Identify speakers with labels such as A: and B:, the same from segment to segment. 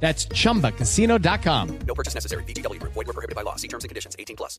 A: That's chumbacasino.com.
B: No purchase necessary. VGW Group. Void were prohibited by law. See terms and conditions. 18 plus.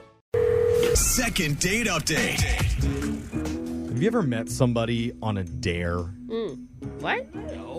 C: Second date update.
D: Have you ever met somebody on a dare?
E: Mm. What?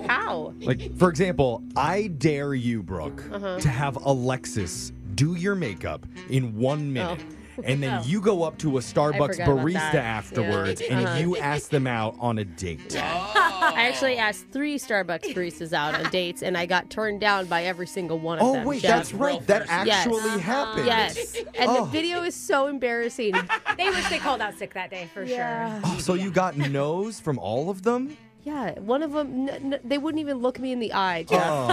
E: How?
D: Like, for example, I dare you, Brooke,
E: Uh-huh.
D: to have Alexis do your makeup in one minute. And then you go up to a Starbucks
E: Oh. forgot about
D: barista
E: that. Uh-huh.
D: afterwards and you ask them out on a date.
E: I actually asked three Starbucks baristas out on dates, and I got turned down by every single one of
D: Oh,
E: them.
D: wait,
E: Jeff.
D: that's Oh. right. That actually happened.
E: Yes, and the video is so embarrassing.
F: They wish they called out sick that day for sure.
D: Oh, so you got no's from all of them?
E: yeah, one of them, n- n- they wouldn't even look me in the eye. Jeff.
D: Oh.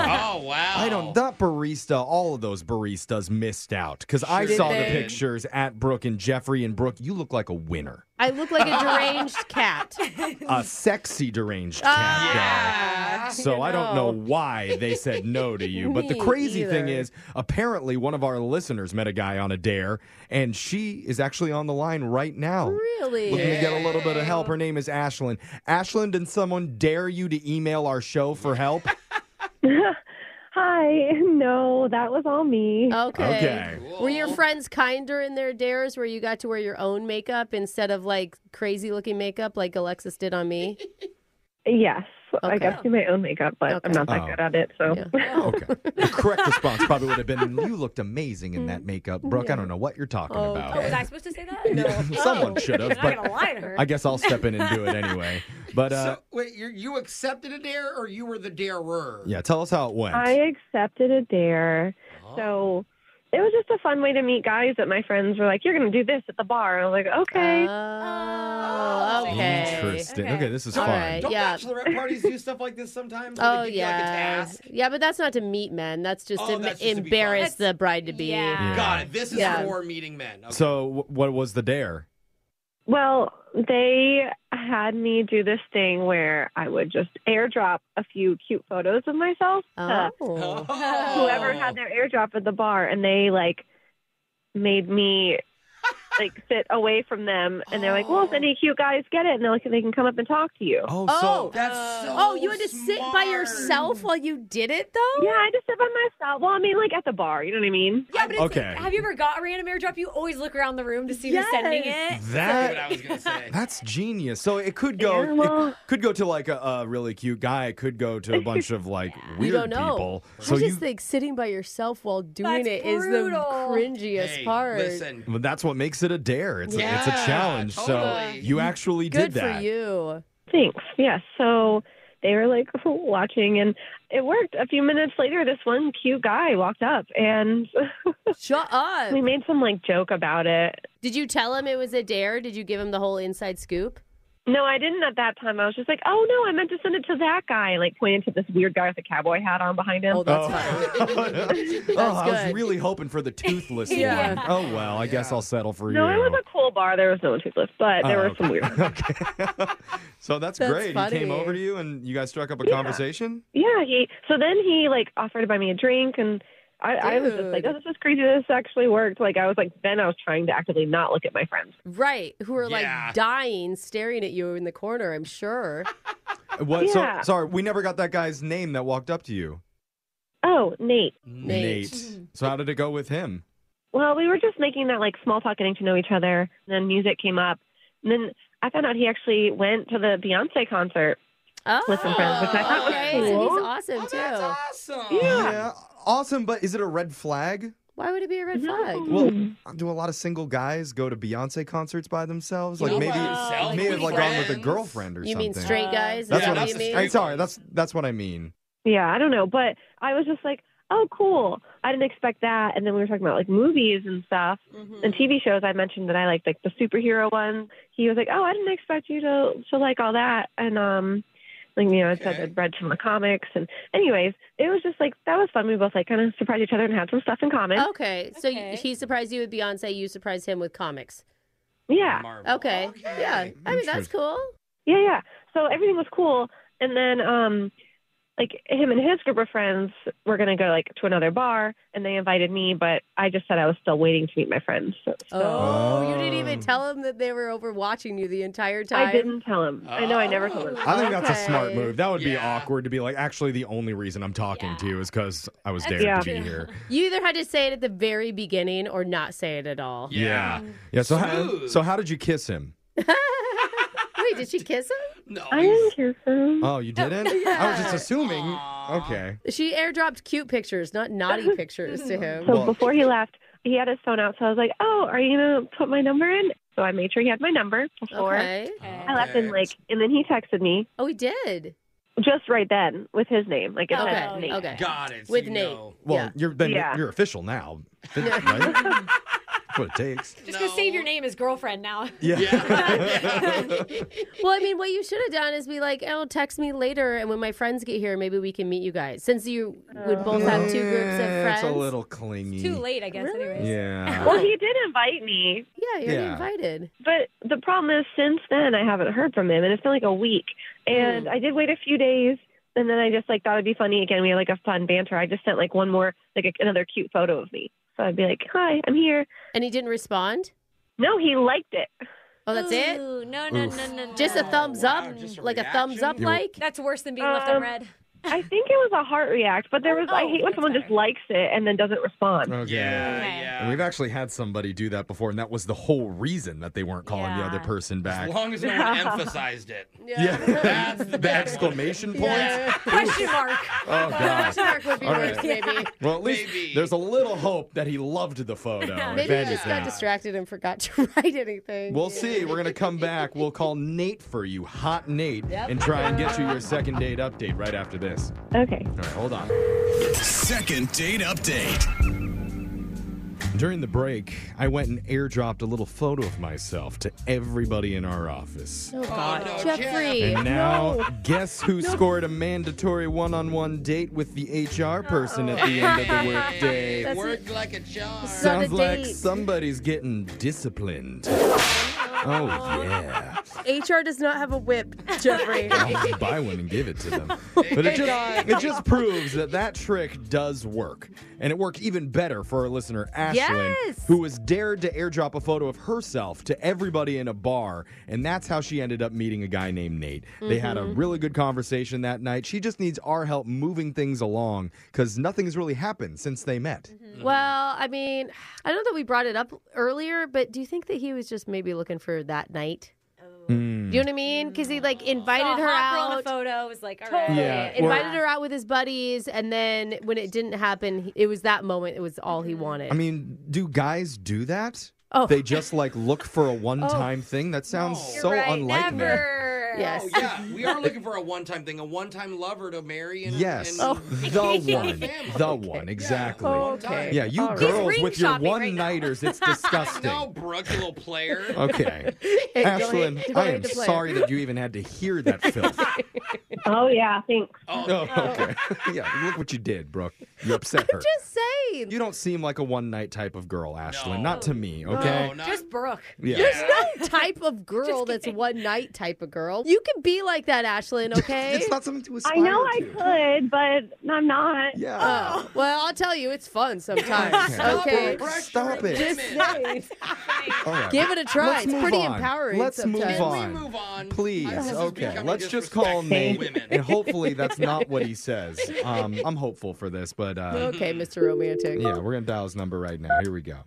D: I
E: Oh.
D: don't. That barista, all of those baristas missed out because I saw the pictures at Brooke and Jeffrey and Brooke. You look like a winner,
E: I look like a deranged cat.
D: a sexy deranged
E: Ah.
D: cat. guy. So I don't know why they said no to you. But the
E: Me
D: crazy thing
E: either.
D: is, apparently one of our listeners met a guy on a dare, and she is actually on the line right now.
E: Really?
D: Looking to get a little bit of help. Her name is Ashlyn. Ashlyn, did someone dare you to email our show for help?
G: Hi. No, that was all me.
E: Okay.
D: Okay.
E: Were your friends kinder in their dares where you got to wear your own makeup instead of like crazy looking makeup like Alexis did on me?
G: Yes. I
E: Okay.
G: got to do my own makeup, but I'm not that
D: Oh.
G: good at it. So
D: Okay. The correct response probably would have been, "You looked amazing in that makeup, Brooke. I don't know what you're talking about."
F: Oh, Was I supposed to say that? No. Oh.
D: Yeah, Someone should have,
F: I'm not gonna
D: but
F: lie to her.
D: I guess I'll step in and do it anyway. But uh,
H: so wait, you you accepted a dare, or you were the darer?
D: yeah, tell us how it went.
G: I accepted a dare.
E: Oh.
G: So it was just a fun way to meet guys that my friends were like, You're gonna do this at the bar. I was like, Okay.
E: Uh. Oh, okay.
D: Interesting. Okay,
F: Okay.
D: this is
E: All
D: fun.
E: right.
H: Don't
E: yeah.
H: bachelorette parties do stuff like this sometimes? Where
E: Oh
H: they give you, like, a
E: yeah,
H: task?
E: yeah, but that's not to meet men. That's just
H: Oh,
E: to
H: that's just to be
E: embarrass
F: fun.
E: the bride to be.
F: Yeah.
H: Got it. This is
E: Yeah.
H: for meeting men. Okay.
D: So, w- what was the dare?
G: Well, they had me do this thing where I would just airdrop a few cute photos of myself to
E: Oh.
G: whoever had their airdrop at the bar and they like made me like sit away from them and they're like, Well, if any cute guys get it and they're like they can come up and talk to you.
D: Oh,
E: Oh.
H: that's so
E: Oh, you had to sit by
H: smart.
E: yourself while you did it though.
G: Yeah, I just sit by myself. Well, I mean, like at the bar, you know what I mean?
F: Yeah, but it's
D: Okay.
F: have you ever got a random airdrop? You always look around the room to see who's sending it.
H: That's what I
D: that
H: was gonna say.
D: that's genius. So it could go,
G: Yeah,
D: it
G: well-
D: could go to like a, a really cute guy. It could go to a bunch of like weird
E: You don't know.
D: people.
E: I just think sitting by yourself while doing
F: That's
E: it is
F: brutal.
E: the cringiest
H: Hey,
E: part.
H: listen.
D: Well, that's what makes it a dare. It's a, it's
H: Yeah,
D: a challenge. So
H: totally.
D: you actually
E: Good
D: did that.
E: for you.
G: Thanks. Yeah. So they were like watching, and it worked. A few minutes later, this one cute guy walked up, and
E: Shut up.
G: we made some like joke about it.
E: Did you tell him it was a dare? Did you give him the whole inside scoop?
G: No, I didn't at that time. I was just like, oh no, I meant to send it to that guy. Like pointed to this weird guy with a cowboy hat on behind him.
E: Oh, that's fine.
D: oh, I was
E: good.
D: really hoping for the toothless
E: Yeah.
D: one. Oh well, I guess I'll settle for
G: no,
D: you.
G: it was a cool bar. There was no one toothless, but there
D: Oh,
G: were some weird.
D: so that's,
E: That's
D: great. He came
E: funny.
D: over to you and you guys struck up a conversation.
G: Yeah, he. So then he like offered to buy me a drink, and I, I was just like, this is crazy. This actually worked. Like I was like, then I was trying to actively not look at my friends.
E: Right, who are
G: Yeah.
E: like dying, staring at you in the corner, I'm sure.
D: What?
E: Yeah.
D: So, sorry, we never got that guy's name that walked up to you.
G: Oh, Nate.
D: So how did it go with him?
G: Well, we were just making that like small talk, getting to know each other. And then music came up, and then I found out he actually went to the Beyonce concert with some friends, which I thought
E: Oh, okay,
G: was
E: so
G: cool.
E: he's
H: Oh,
E: awesome too. Oh, That's awesome.
D: Oh, Yeah. Awesome, but is it a red flag?
E: Why would it be a red flag?
D: Well, do a lot of single guys go to Beyonce concerts by themselves? Like
E: Yeah,
D: maybe,
E: well,
D: maybe
E: like
D: uh, like gone with a
E: friends.
D: girlfriend or
E: You
D: something.
E: mean straight guys? Is
D: That's
E: that
D: what
E: what
D: I'm
E: you mean?
D: I'm sorry. That's that's what I mean.
G: Yeah, I don't know, but I was just like, oh, cool. I didn't expect that. And then we were talking about like movies and stuff and TV shows. I mentioned that I liked like the superhero ones. He was like, oh, I didn't expect you to to like all that. And um, like you know, I said I'd read some of the comics. And anyways, it was just like that was fun. We both like kind of surprised each other and had some stuff in common.
E: Okay, so you- he surprised you with Beyonce, you surprised him with comics.
G: Yeah.
E: Okay. Yeah. I mean, that's cool.
G: Yeah, yeah. So everything was cool, and then um, like him and his group of friends were gonna go like to another bar, and they invited me, but I just said I was still waiting to meet my friends. So, so
E: Oh, you didn't even tell him that they were over watching you the entire time.
G: I didn't tell him.
H: Oh.
G: I know I never told him.
D: I think that's a smart
E: Okay.
D: move. That would be awkward to be like. Actually, the only reason I'm talking to you is because I was
E: That's
D: dared to
E: true.
D: be here.
E: You either had to say it at the very beginning or not say it at all.
D: Yeah. Yeah. So how, so how did you kiss him?
E: Wait, did she kiss him?
H: No.
G: I didn't kiss him.
D: Oh, you didn't? I was just assuming. Okay.
E: She airdropped cute pictures, not naughty pictures to him.
G: So before he left, he had his phone out, so I was like, "Oh, are you gonna put my number in?" So I made sure he had my number before
E: Okay.
G: I left, and like, and then he texted me
E: Oh, he did.
G: just right then with his name, like it said
E: Okay.
G: Nate.
E: Okay.
H: Got it.
E: With
H: you
E: Nate.
H: know.
D: Well, you're then
G: Yeah.
D: you're official now. Right? That's what it takes.
F: Just gonna save your name as girlfriend now.
D: Yeah.
E: Well, I mean, what you should have done is be like, "Oh, text me later, and when my friends get here, maybe we can meet you guys." Since you would both have two groups of
D: Yeah,
E: friends.
D: It's a little clingy.
F: Too late, I guess. Anyways.
D: Yeah.
G: Well, he did invite me.
E: Yeah, you're
D: Yeah.
E: invited.
G: But the problem is, since then, I haven't heard from him, and it's been like a week. And I did wait a few days, and then I just like thought it'd be funny again. We had like a fun banter. I just sent like one more, like a, another cute photo of me. So I'd be like, "Hi, I'm here."
E: And he didn't respond.
G: No, he liked it.
E: Oh, that's it.
F: Ooh, no, no, no, no, no.
E: Just a thumbs up, like a thumbs up,
D: You-
E: like.
F: That's worse than being left
G: Um,
F: unread.
G: I think it was a heart react, but there was. I hate when someone just likes it and then doesn't respond.
D: Okay.
H: Yeah,
D: And
H: yeah.
D: we've actually had somebody do that before, and that was the whole reason that they weren't calling the
F: Yeah.
D: other person back.
H: As long as no one emphasized it.
D: Yeah.
H: That's the
D: the
H: bad one.
D: exclamation points.
F: Question mark.
D: Oh, God.
E: Question mark would be
D: All
E: worse,
D: right.
E: maybe.
D: Well, at least
H: Maybe.
D: there's a little hope that he loved the photo. if
E: Maybe he just
D: anything.
E: got distracted and forgot to write anything.
D: We'll see. We're going to come back. We'll call Nate for you, Hot Nate, and try and get you your second date update right after this.
G: Okay.
D: All right, hold on.
C: Second date update.
D: During the break, I went and airdropped a little photo of myself to everybody in our office.
E: Oh, God.
H: no,
E: Jeffrey.
D: And now, guess who scored a mandatory one on one date with the HR person at the end of the workday?
H: It worked like a charm.
E: not a
D: Sounds like
E: date.
D: somebody's getting disciplined. Oh, yeah.
E: HR does not have a whip, Jeffrey.
D: I'll just buy one and give it to them. But it just, it just proves that that trick does work. And it worked even better for our listener, Ashlyn,
E: Yes!
D: who was dared to airdrop a photo of herself to everybody in a bar. And that's how she ended up meeting a guy named Nate. They had a really good conversation that night. She just needs our help moving things along because nothing's really happened since they met.
E: Mm-hmm. well, I mean, I don't know that we brought it up earlier, but do you think that he was just maybe looking for that night?
D: Oh.
E: Do you know what I mean? Because he like
F: Saw a
E: invited her
F: hot girl in a
E: out,
F: photo. Was like, all right.
D: Yeah, or-
E: invited her out with his buddies, and then when it didn't happen, he- it was that moment. It was all he wanted.
D: I mean, do guys do that?
E: Oh.
D: They just like look for a one time thing? That sounds
H: No.
D: so
F: right.
D: unlike me.
F: Never.
E: yes.
H: Oh, yeah, we are looking for a one-time thing, a one-time lover to marry and
D: Yes,
G: Oh.
H: and
D: the one,
H: Family.
D: the one, exactly.
H: Yeah, Oh,
E: Oh,
H: one time.
D: Yeah, you
E: right.
D: girls
F: He's
D: with your
F: ring-shopping right now.
D: one-nighters, it's disgusting.
H: No, Brooke, you little player.
D: Okay,
E: Hey, don't
D: Ashlyn,
E: hate- don't
D: I
E: hate
D: am
E: the player.
D: sorry that you even had to hear that filth.
G: Oh yeah, thanks.
D: oh, okay. yeah, look what you did, Brooke. You upset her.
E: Just saying.
D: You don't seem like a one-night type of girl, Ashlyn.
H: No.
D: Not to me,
H: No,
D: okay?
H: not,
F: Just Brooke.
D: yeah.
E: There's no type of girl that's one night type of girl. You could be like that, Ashlyn, okay?
G: It's not
D: something to
G: I know I could, but I'm not.
E: Oh, well, I'll tell you, it's fun sometimes. okay.
D: Stop it.
E: Just saying.
D: All right.
E: Give it a try.
D: Let's
E: It's
D: move
E: pretty
D: on.
E: empowering
D: Let's move
E: sometimes.
D: on.
E: Can we
D: move on. Please. Okay.
E: becoming
D: Let's just call Nate, and hopefully that's not what he says. Um, I'm hopeful for this, but uh,
E: okay, Mr. Romantic.
D: yeah, we're gonna dial his number right now. Here we go.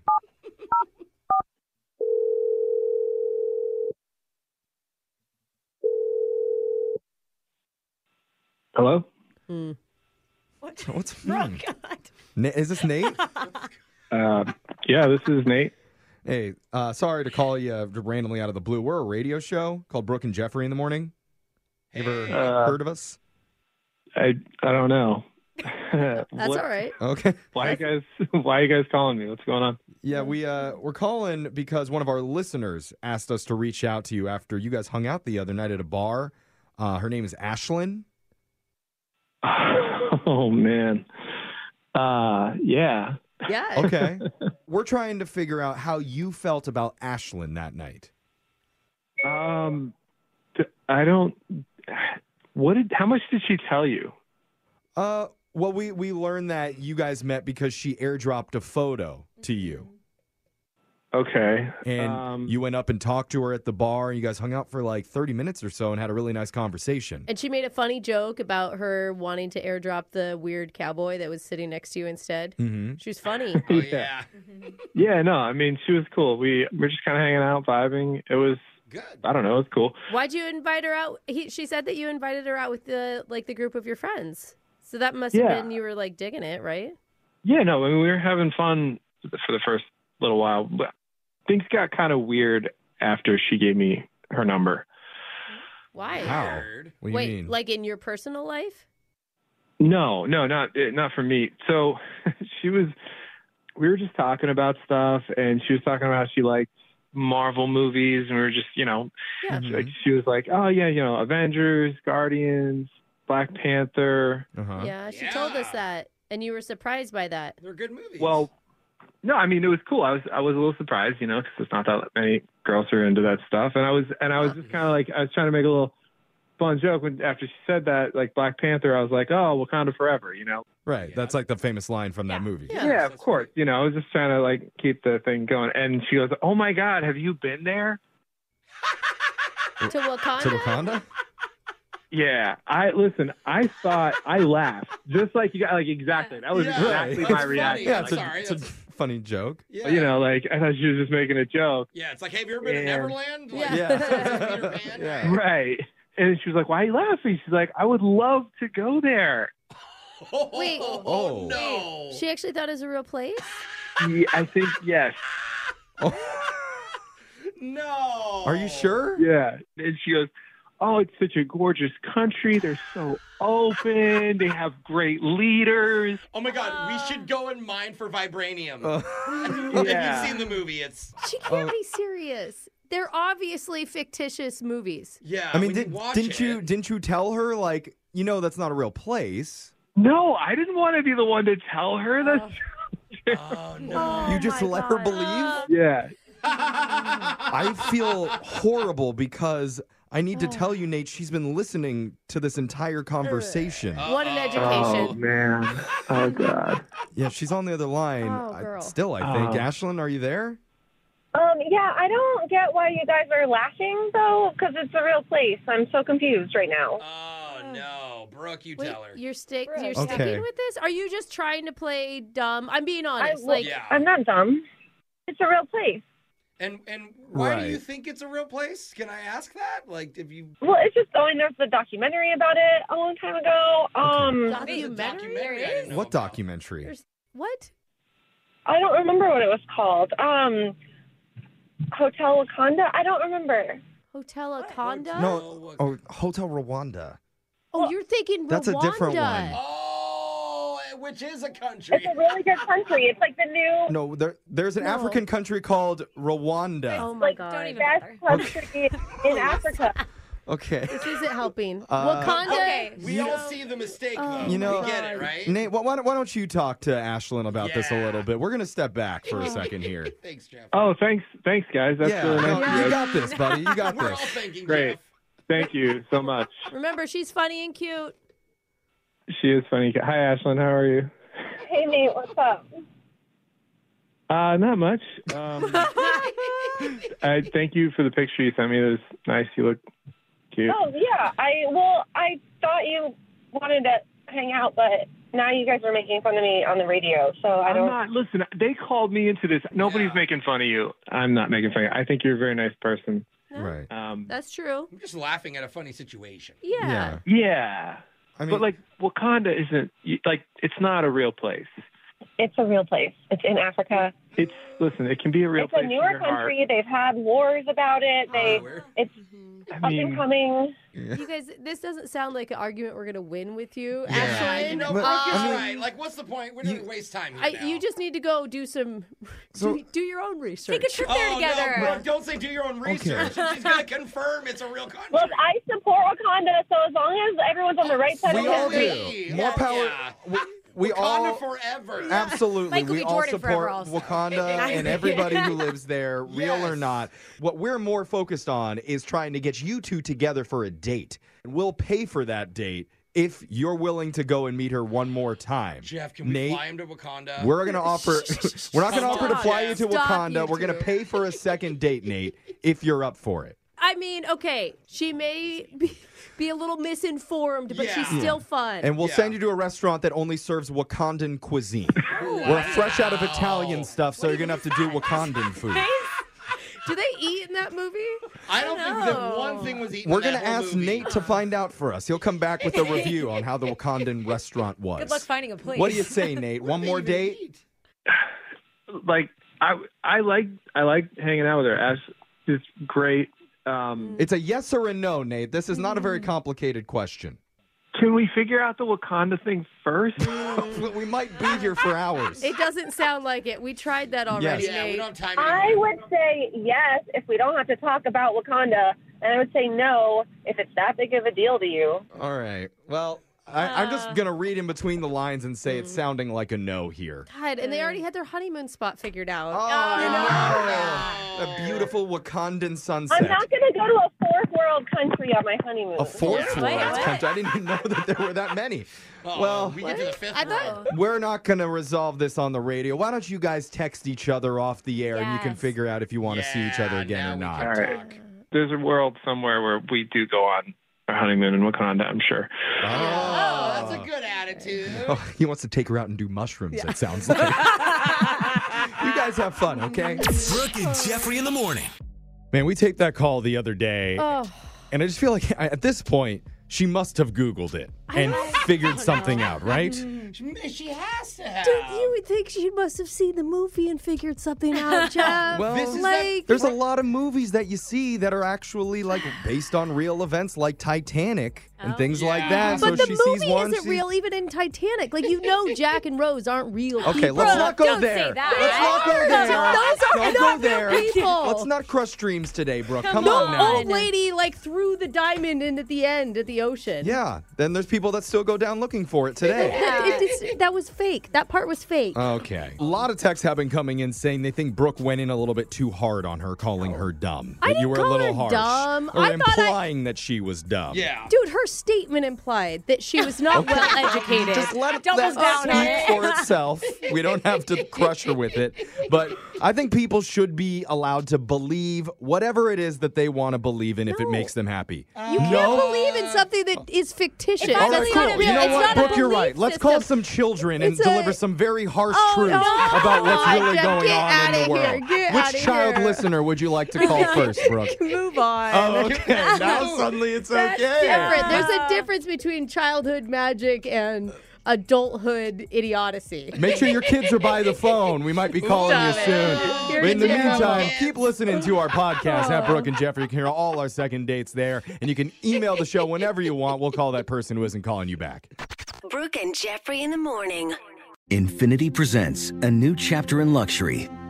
I: Hello.
D: What? What's wrong? Na- is this Nate?
I: Uh, yeah, this is Nate.
D: Hey, uh, sorry to call you uh, randomly out of the blue. We're a radio show called Brooke and Jeffrey in the Morning. You ever
I: Uh,
D: heard of us?
I: I I don't know. That's
E: all right.
D: Okay.
I: Why you guys Why you guys calling me? What's going on?
D: Yeah, we uh, we're calling because one of our listeners asked us to reach out to you after you guys hung out the other night at a bar. Uh, her name is Ashlyn.
I: Oh man. Uh, yeah.
E: Yeah.
D: Okay. we're trying to figure out how you felt about Ashlyn that night.
I: Um, th- I don't. What did? How much did she tell you?
D: Uh, well, we we learned that you guys met because she airdropped a photo to you.
I: Okay.
D: And you went up and talked to her at the bar, and you guys hung out for like thirty minutes or so, and had a really nice conversation.
E: And she made a funny joke about her wanting to airdrop the weird cowboy that was sitting next to you instead.
D: Mm-hmm.
E: She was funny.
I: Oh, yeah. Yeah. No, I mean she was cool. We we're just kind of hanging out, vibing. It was good. I don't know. It was cool.
E: Why'd you invite her out? He, she said that you invited her out with the like the group of your friends. So that must have
I: Yeah.
E: been you were like digging it, right?
I: Yeah, no, I mean, we were having fun for the first little while, but things got kind of weird after she gave me her number.
E: Why?
I: How? What do you
E: Wait,
I: mean?
E: like in your personal life?
I: No, no, not eh, not for me. So she was, we were just talking about stuff, and she was talking about how she liked Marvel movies, and we were just, you know, she, like, she was like, oh yeah, you know, Avengers, Guardians, Black Panther.
D: Uh-huh.
E: Yeah, she told us that, and you were surprised by that.
H: They're good movies.
I: Well, no, I mean it was cool. I was I was a little surprised, you know, because it's not that many girls are into that stuff, and I was and I was just kind of like I was trying to make a little fun joke when after she said that, like Black Panther, I was like, oh, Wakanda forever, you know.
D: Right. That's like the famous line from that movie.
I: Yeah, of course. You know, I was just trying to like keep the thing going, and she goes, "Oh my God, have you been there?"
E: To Wakanda?
D: To Wakanda?
I: Yeah, I listen. I thought I laughed just like you got like exactly. That was exactly my reaction.
D: Yeah, it's a,
I: Like,
D: it's a funny joke.
I: You know, like I thought she was just making a joke.
H: yeah, it's like, hey, have you ever been to
I: Yeah.
H: Neverland? Like,
D: Yeah.
I: Right. And she was like, Why are you laughing? She's like, I would love to go there.
E: Wait.
I: Oh.
E: Wait, she actually thought it was a real place?
I: Ye- I think, yes.
H: no.
D: Oh. Are you sure?
I: Yeah. And she goes, Oh, it's such a gorgeous country. They're so open. They have great leaders.
H: Oh my God,
E: Um,
H: we should go and mine for vibranium.
D: Uh,
I: Yeah.
H: If you've seen the movie, it's
E: She can't be serious. They're obviously fictitious movies.
H: yeah.
D: I mean,
H: when you
D: did,
H: watch
D: didn't
H: it-
D: you didn't you tell her like you know that's not a real place?
I: No, I didn't want to be the one to tell her that.
H: Oh.
G: Oh
D: you just let her believe.
I: Yeah.
D: I feel horrible because I need
G: Oh.
D: to tell you, Nate. She's been listening to this entire conversation.
E: What an
I: Oh,
E: education.
I: man. Oh, God.
D: Yeah, she's on the other line.
G: Oh,
D: I-
G: girl.
D: still, I think.
I: Oh.
D: Ashlyn, are you there?
G: Um, yeah, I don't get why you guys are laughing though, because it's a real place. I'm so confused right now.
H: Oh, No, Brooke, you tell her.
E: You're, stick- you're
D: Okay.
E: sticking with this? Are you just trying to play dumb? I'm being honest.
G: I,
E: like,
G: I'm not dumb. It's a real place.
H: And and why do you
D: Right.
H: think it's a real place? Can I ask that? Like, if you
G: Well, it's just going. There's a documentary about it a long time ago. Um,
E: documentary?
D: What documentary?
E: What?
G: I don't remember what it was called. Um, Hotel Wakanda. I don't remember.
E: Hotel Wakanda?
D: No, oh, Hotel Rwanda.
E: Oh, you're thinking Rwanda.
D: That's a different one.
H: Oh, which is a country.
G: It's a really good country. It's like the new
D: No, there, there's an
G: No.
D: African country called Rwanda.
E: Oh my
G: like
E: god.
G: the best country in Africa.
D: Okay.
E: This isn't helping.
D: Uh,
E: Wakanda.
H: Okay,
E: You
H: we
E: know-
H: all see the mistake,
E: Oh,
H: though.
D: You know,
H: we get it, right?
D: Nate, why, why don't- why don't you talk to Ashlyn about this a little bit? We're going to step back for a
H: Yeah.
D: second here.
H: Thanks, Jeff.
I: Oh, thanks. Thanks, guys. That's
D: yeah,
I: really nice.
D: no,
I: of you
D: you
I: guys.
D: got this, buddy. You got
H: We're all
D: this.
H: thinking,
I: Great. Thank you so much.
E: Remember, she's funny and cute.
I: She is funny. Hi, Ashlyn. How are you?
G: Hey, Nate, what's up?
I: Uh, not much. Um, I thank you for the picture you sent me. It was nice. You look cute.
G: Oh yeah, I well, I thought you wanted to hang out, but now you guys are making fun of me on the radio, so I
I: I'm
G: don't.
I: not. Listen, they called me into this. Nobody's making fun of you. I'm not making fun of you. I think you're a very nice person.
D: Right.
I: Um,
E: That's true.
H: I'm just laughing at a funny situation.
I: yeah. Yeah.
D: I
I: but like Wakanda isn't you- like it's not a real place.
G: It's a real place. It's in Africa.
I: It's listen. It can be a real
G: it's
I: place.
G: a
I: in
G: newer
I: your heart.
G: country. They've had wars about it.
D: Ah,
G: They it's up
I: mean-
G: and coming.
E: You guys, this doesn't sound like an argument we're going to win with you,
H: Yeah,
E: Ashley.
H: you know,
E: Um,
H: Brooke is right. Like, what's the point? We're not gonna waste time here
E: I,
H: now.
E: you just need to go do some,
D: So-
E: do, do your own research.
F: Take a trip there
H: oh,
F: together.
H: No, Brooke, don't say do your own research. She's gonna confirm it's a real country.
G: Look, I support Wakanda, so as long as everyone's on the right side
D: We
G: of
D: all
G: history,
D: do. More power.
H: Yeah.
D: We, we
H: Wakanda
D: all.
H: forever.
D: Absolutely.
F: Michael
D: we
F: B.
D: all
F: Jordan forever
D: support
F: also.
D: Wakanda and everybody who lives there, real or
H: Yes.
D: not. What we're more focused on is trying to get you two together for a date. And we'll pay for that date if you're willing to go and meet her one more time.
H: Jeff, can we
D: Nate,
H: fly him to Wakanda?
D: We're gonna offer. we're not gonna offer to
E: Stop.
D: fly you to
E: Stop, you
D: Wakanda. we're gonna
E: two.
D: pay for a second date, Nate, if you're up for it.
E: I mean, okay, she may be, be a little misinformed, but she's
H: Yeah.
E: still fun.
D: And we'll
H: Yeah.
D: send you to a restaurant that only serves Wakandan cuisine. We're fresh out of Italian stuff, so you're gonna have to do Wakandan food.
E: do they eat in that movie?
H: I don't think that
E: No.
H: one thing was eaten.
D: We're
H: in that
D: gonna
H: whole
D: ask
H: movie.
D: Nate to find out for us. He'll come back with a review on how the Wakandan restaurant was.
F: Good luck finding a place.
D: What do you say, Nate? One more date?
I: Like I I like I like hanging out with her. Ash is great. Um,
D: It's a yes or a no, Nate. This is not a very complicated question.
G: Mm.
I: can we figure out the Wakanda thing first?
D: we might be here for hours.
E: It doesn't sound like it. We tried that already.
H: Yeah, we
E: Nate.
H: don't have time.
G: I
H: anymore.
G: would say yes if we don't have to talk about Wakanda, and I would say no if it's that big of a deal to you.
D: All right. Well, I, I'm just gonna read in between the lines and say it's sounding like a no here.
E: God, and they already had their honeymoon spot figured out.
D: Oh, no. A beautiful Wakandan sunset.
G: I'm not going to go to a fourth world country on my honeymoon.
D: a fourth
E: Yeah.
D: world
E: What?
D: country. I didn't even know that there were that many.
H: Oh,
D: well,
H: we get to the fifth
E: I thought-
H: row.
D: We're not going to resolve this on the radio. Why don't you guys text each other off the air and you can
F: Yes.
D: figure out if you want to see each other
H: Yeah,
D: again
H: now
D: or
H: we
D: not?
H: can
I: All right. There's a world somewhere where we do go on our honeymoon in Wakanda. I'm sure.
H: Oh, that's a good attitude.
D: Oh, he wants to take her out and do mushrooms, it sounds like. you guys have fun, okay?
C: Brooke and Jeffrey in the morning.
D: Man, we taped that call the other day,
E: Oh.
D: and I just feel like I- at this point, she must have Googled it and figured something out, right?
E: Mm.
H: She, she has to
D: Oh.
H: have.
E: You would think she must have seen the movie and figured something out, Jeff.
D: Well, This is
E: like,
D: There's a lot of movies that you see that are actually like based on real events, like Titanic and things like that.
E: Oh, but the
D: so she
E: movie
D: sees one.
E: isn't
D: she-
E: real, even in Titanic. Like, you know, Jack and Rose aren't real
D: Okay,
E: people.
D: let's not go
F: don't say
D: there.
F: that.
D: Let's not go
E: Those
D: there.
E: are- those are
D: Don't
E: not
D: go there.
E: real people.
D: Let's not crush dreams today, Brooke. Come
E: no
D: on now.
E: old lady like threw the diamond in at the end at the ocean.
D: Yeah. Then there's people that still go down looking for it today.
E: That- it- it's- that was fake. That part was fake.
D: Uh. Okay. A lot of texts have been coming in saying they think Brooke went in a little bit too hard on her, calling her dumb.
E: I
D: that you
E: didn't
D: were a
E: call
D: little
E: her
D: harsh.
E: dumb.
D: Or
E: I thought I-
D: implying that she was dumb.
H: Yeah.
E: Dude, her statement implied that she was not well educated.
D: Just let it
F: Doubles
D: that
F: down on
D: speak
F: it.
D: for itself. We don't have to crush her with it. But I think people should be allowed to believe whatever it is that they want to believe in if it
E: No.
D: makes them happy.
E: You can't believe in something that is fictitious.
F: It's
D: All
F: not That's
D: right, cool.
F: not a
D: You
F: real-
D: know
F: it's
D: what,
F: not a
D: Brooke? You're
E: belief
D: right. Let's
E: system.
D: call some children and
E: It's a-
D: deliver some very harsh
E: Oh,
D: truths
E: no.
D: about what's
E: God,
D: really
E: Jeff,
D: going
E: get
D: on in
E: outta
D: the world.
E: here. Get outta
D: Which child
E: here.
D: listener would you like to call first, Brooke?
E: Move on.
D: Oh, okay. Now suddenly it's okay.
E: Different. There's a difference between childhood magic and adulthood idiocy.
D: Make sure your kids are by the phone. We might be calling you
E: Stop
D: soon.
E: it.
D: But in the
E: You're
D: meantime,
E: terrible.
D: keep listening to our podcast at Brooke and Jeffrey. You can hear all our second dates there, and you can email the show whenever you want. We'll call that person who isn't calling you back.
J: Brooke and Jeffrey in the morning.
K: Infinity presents a new chapter in luxury,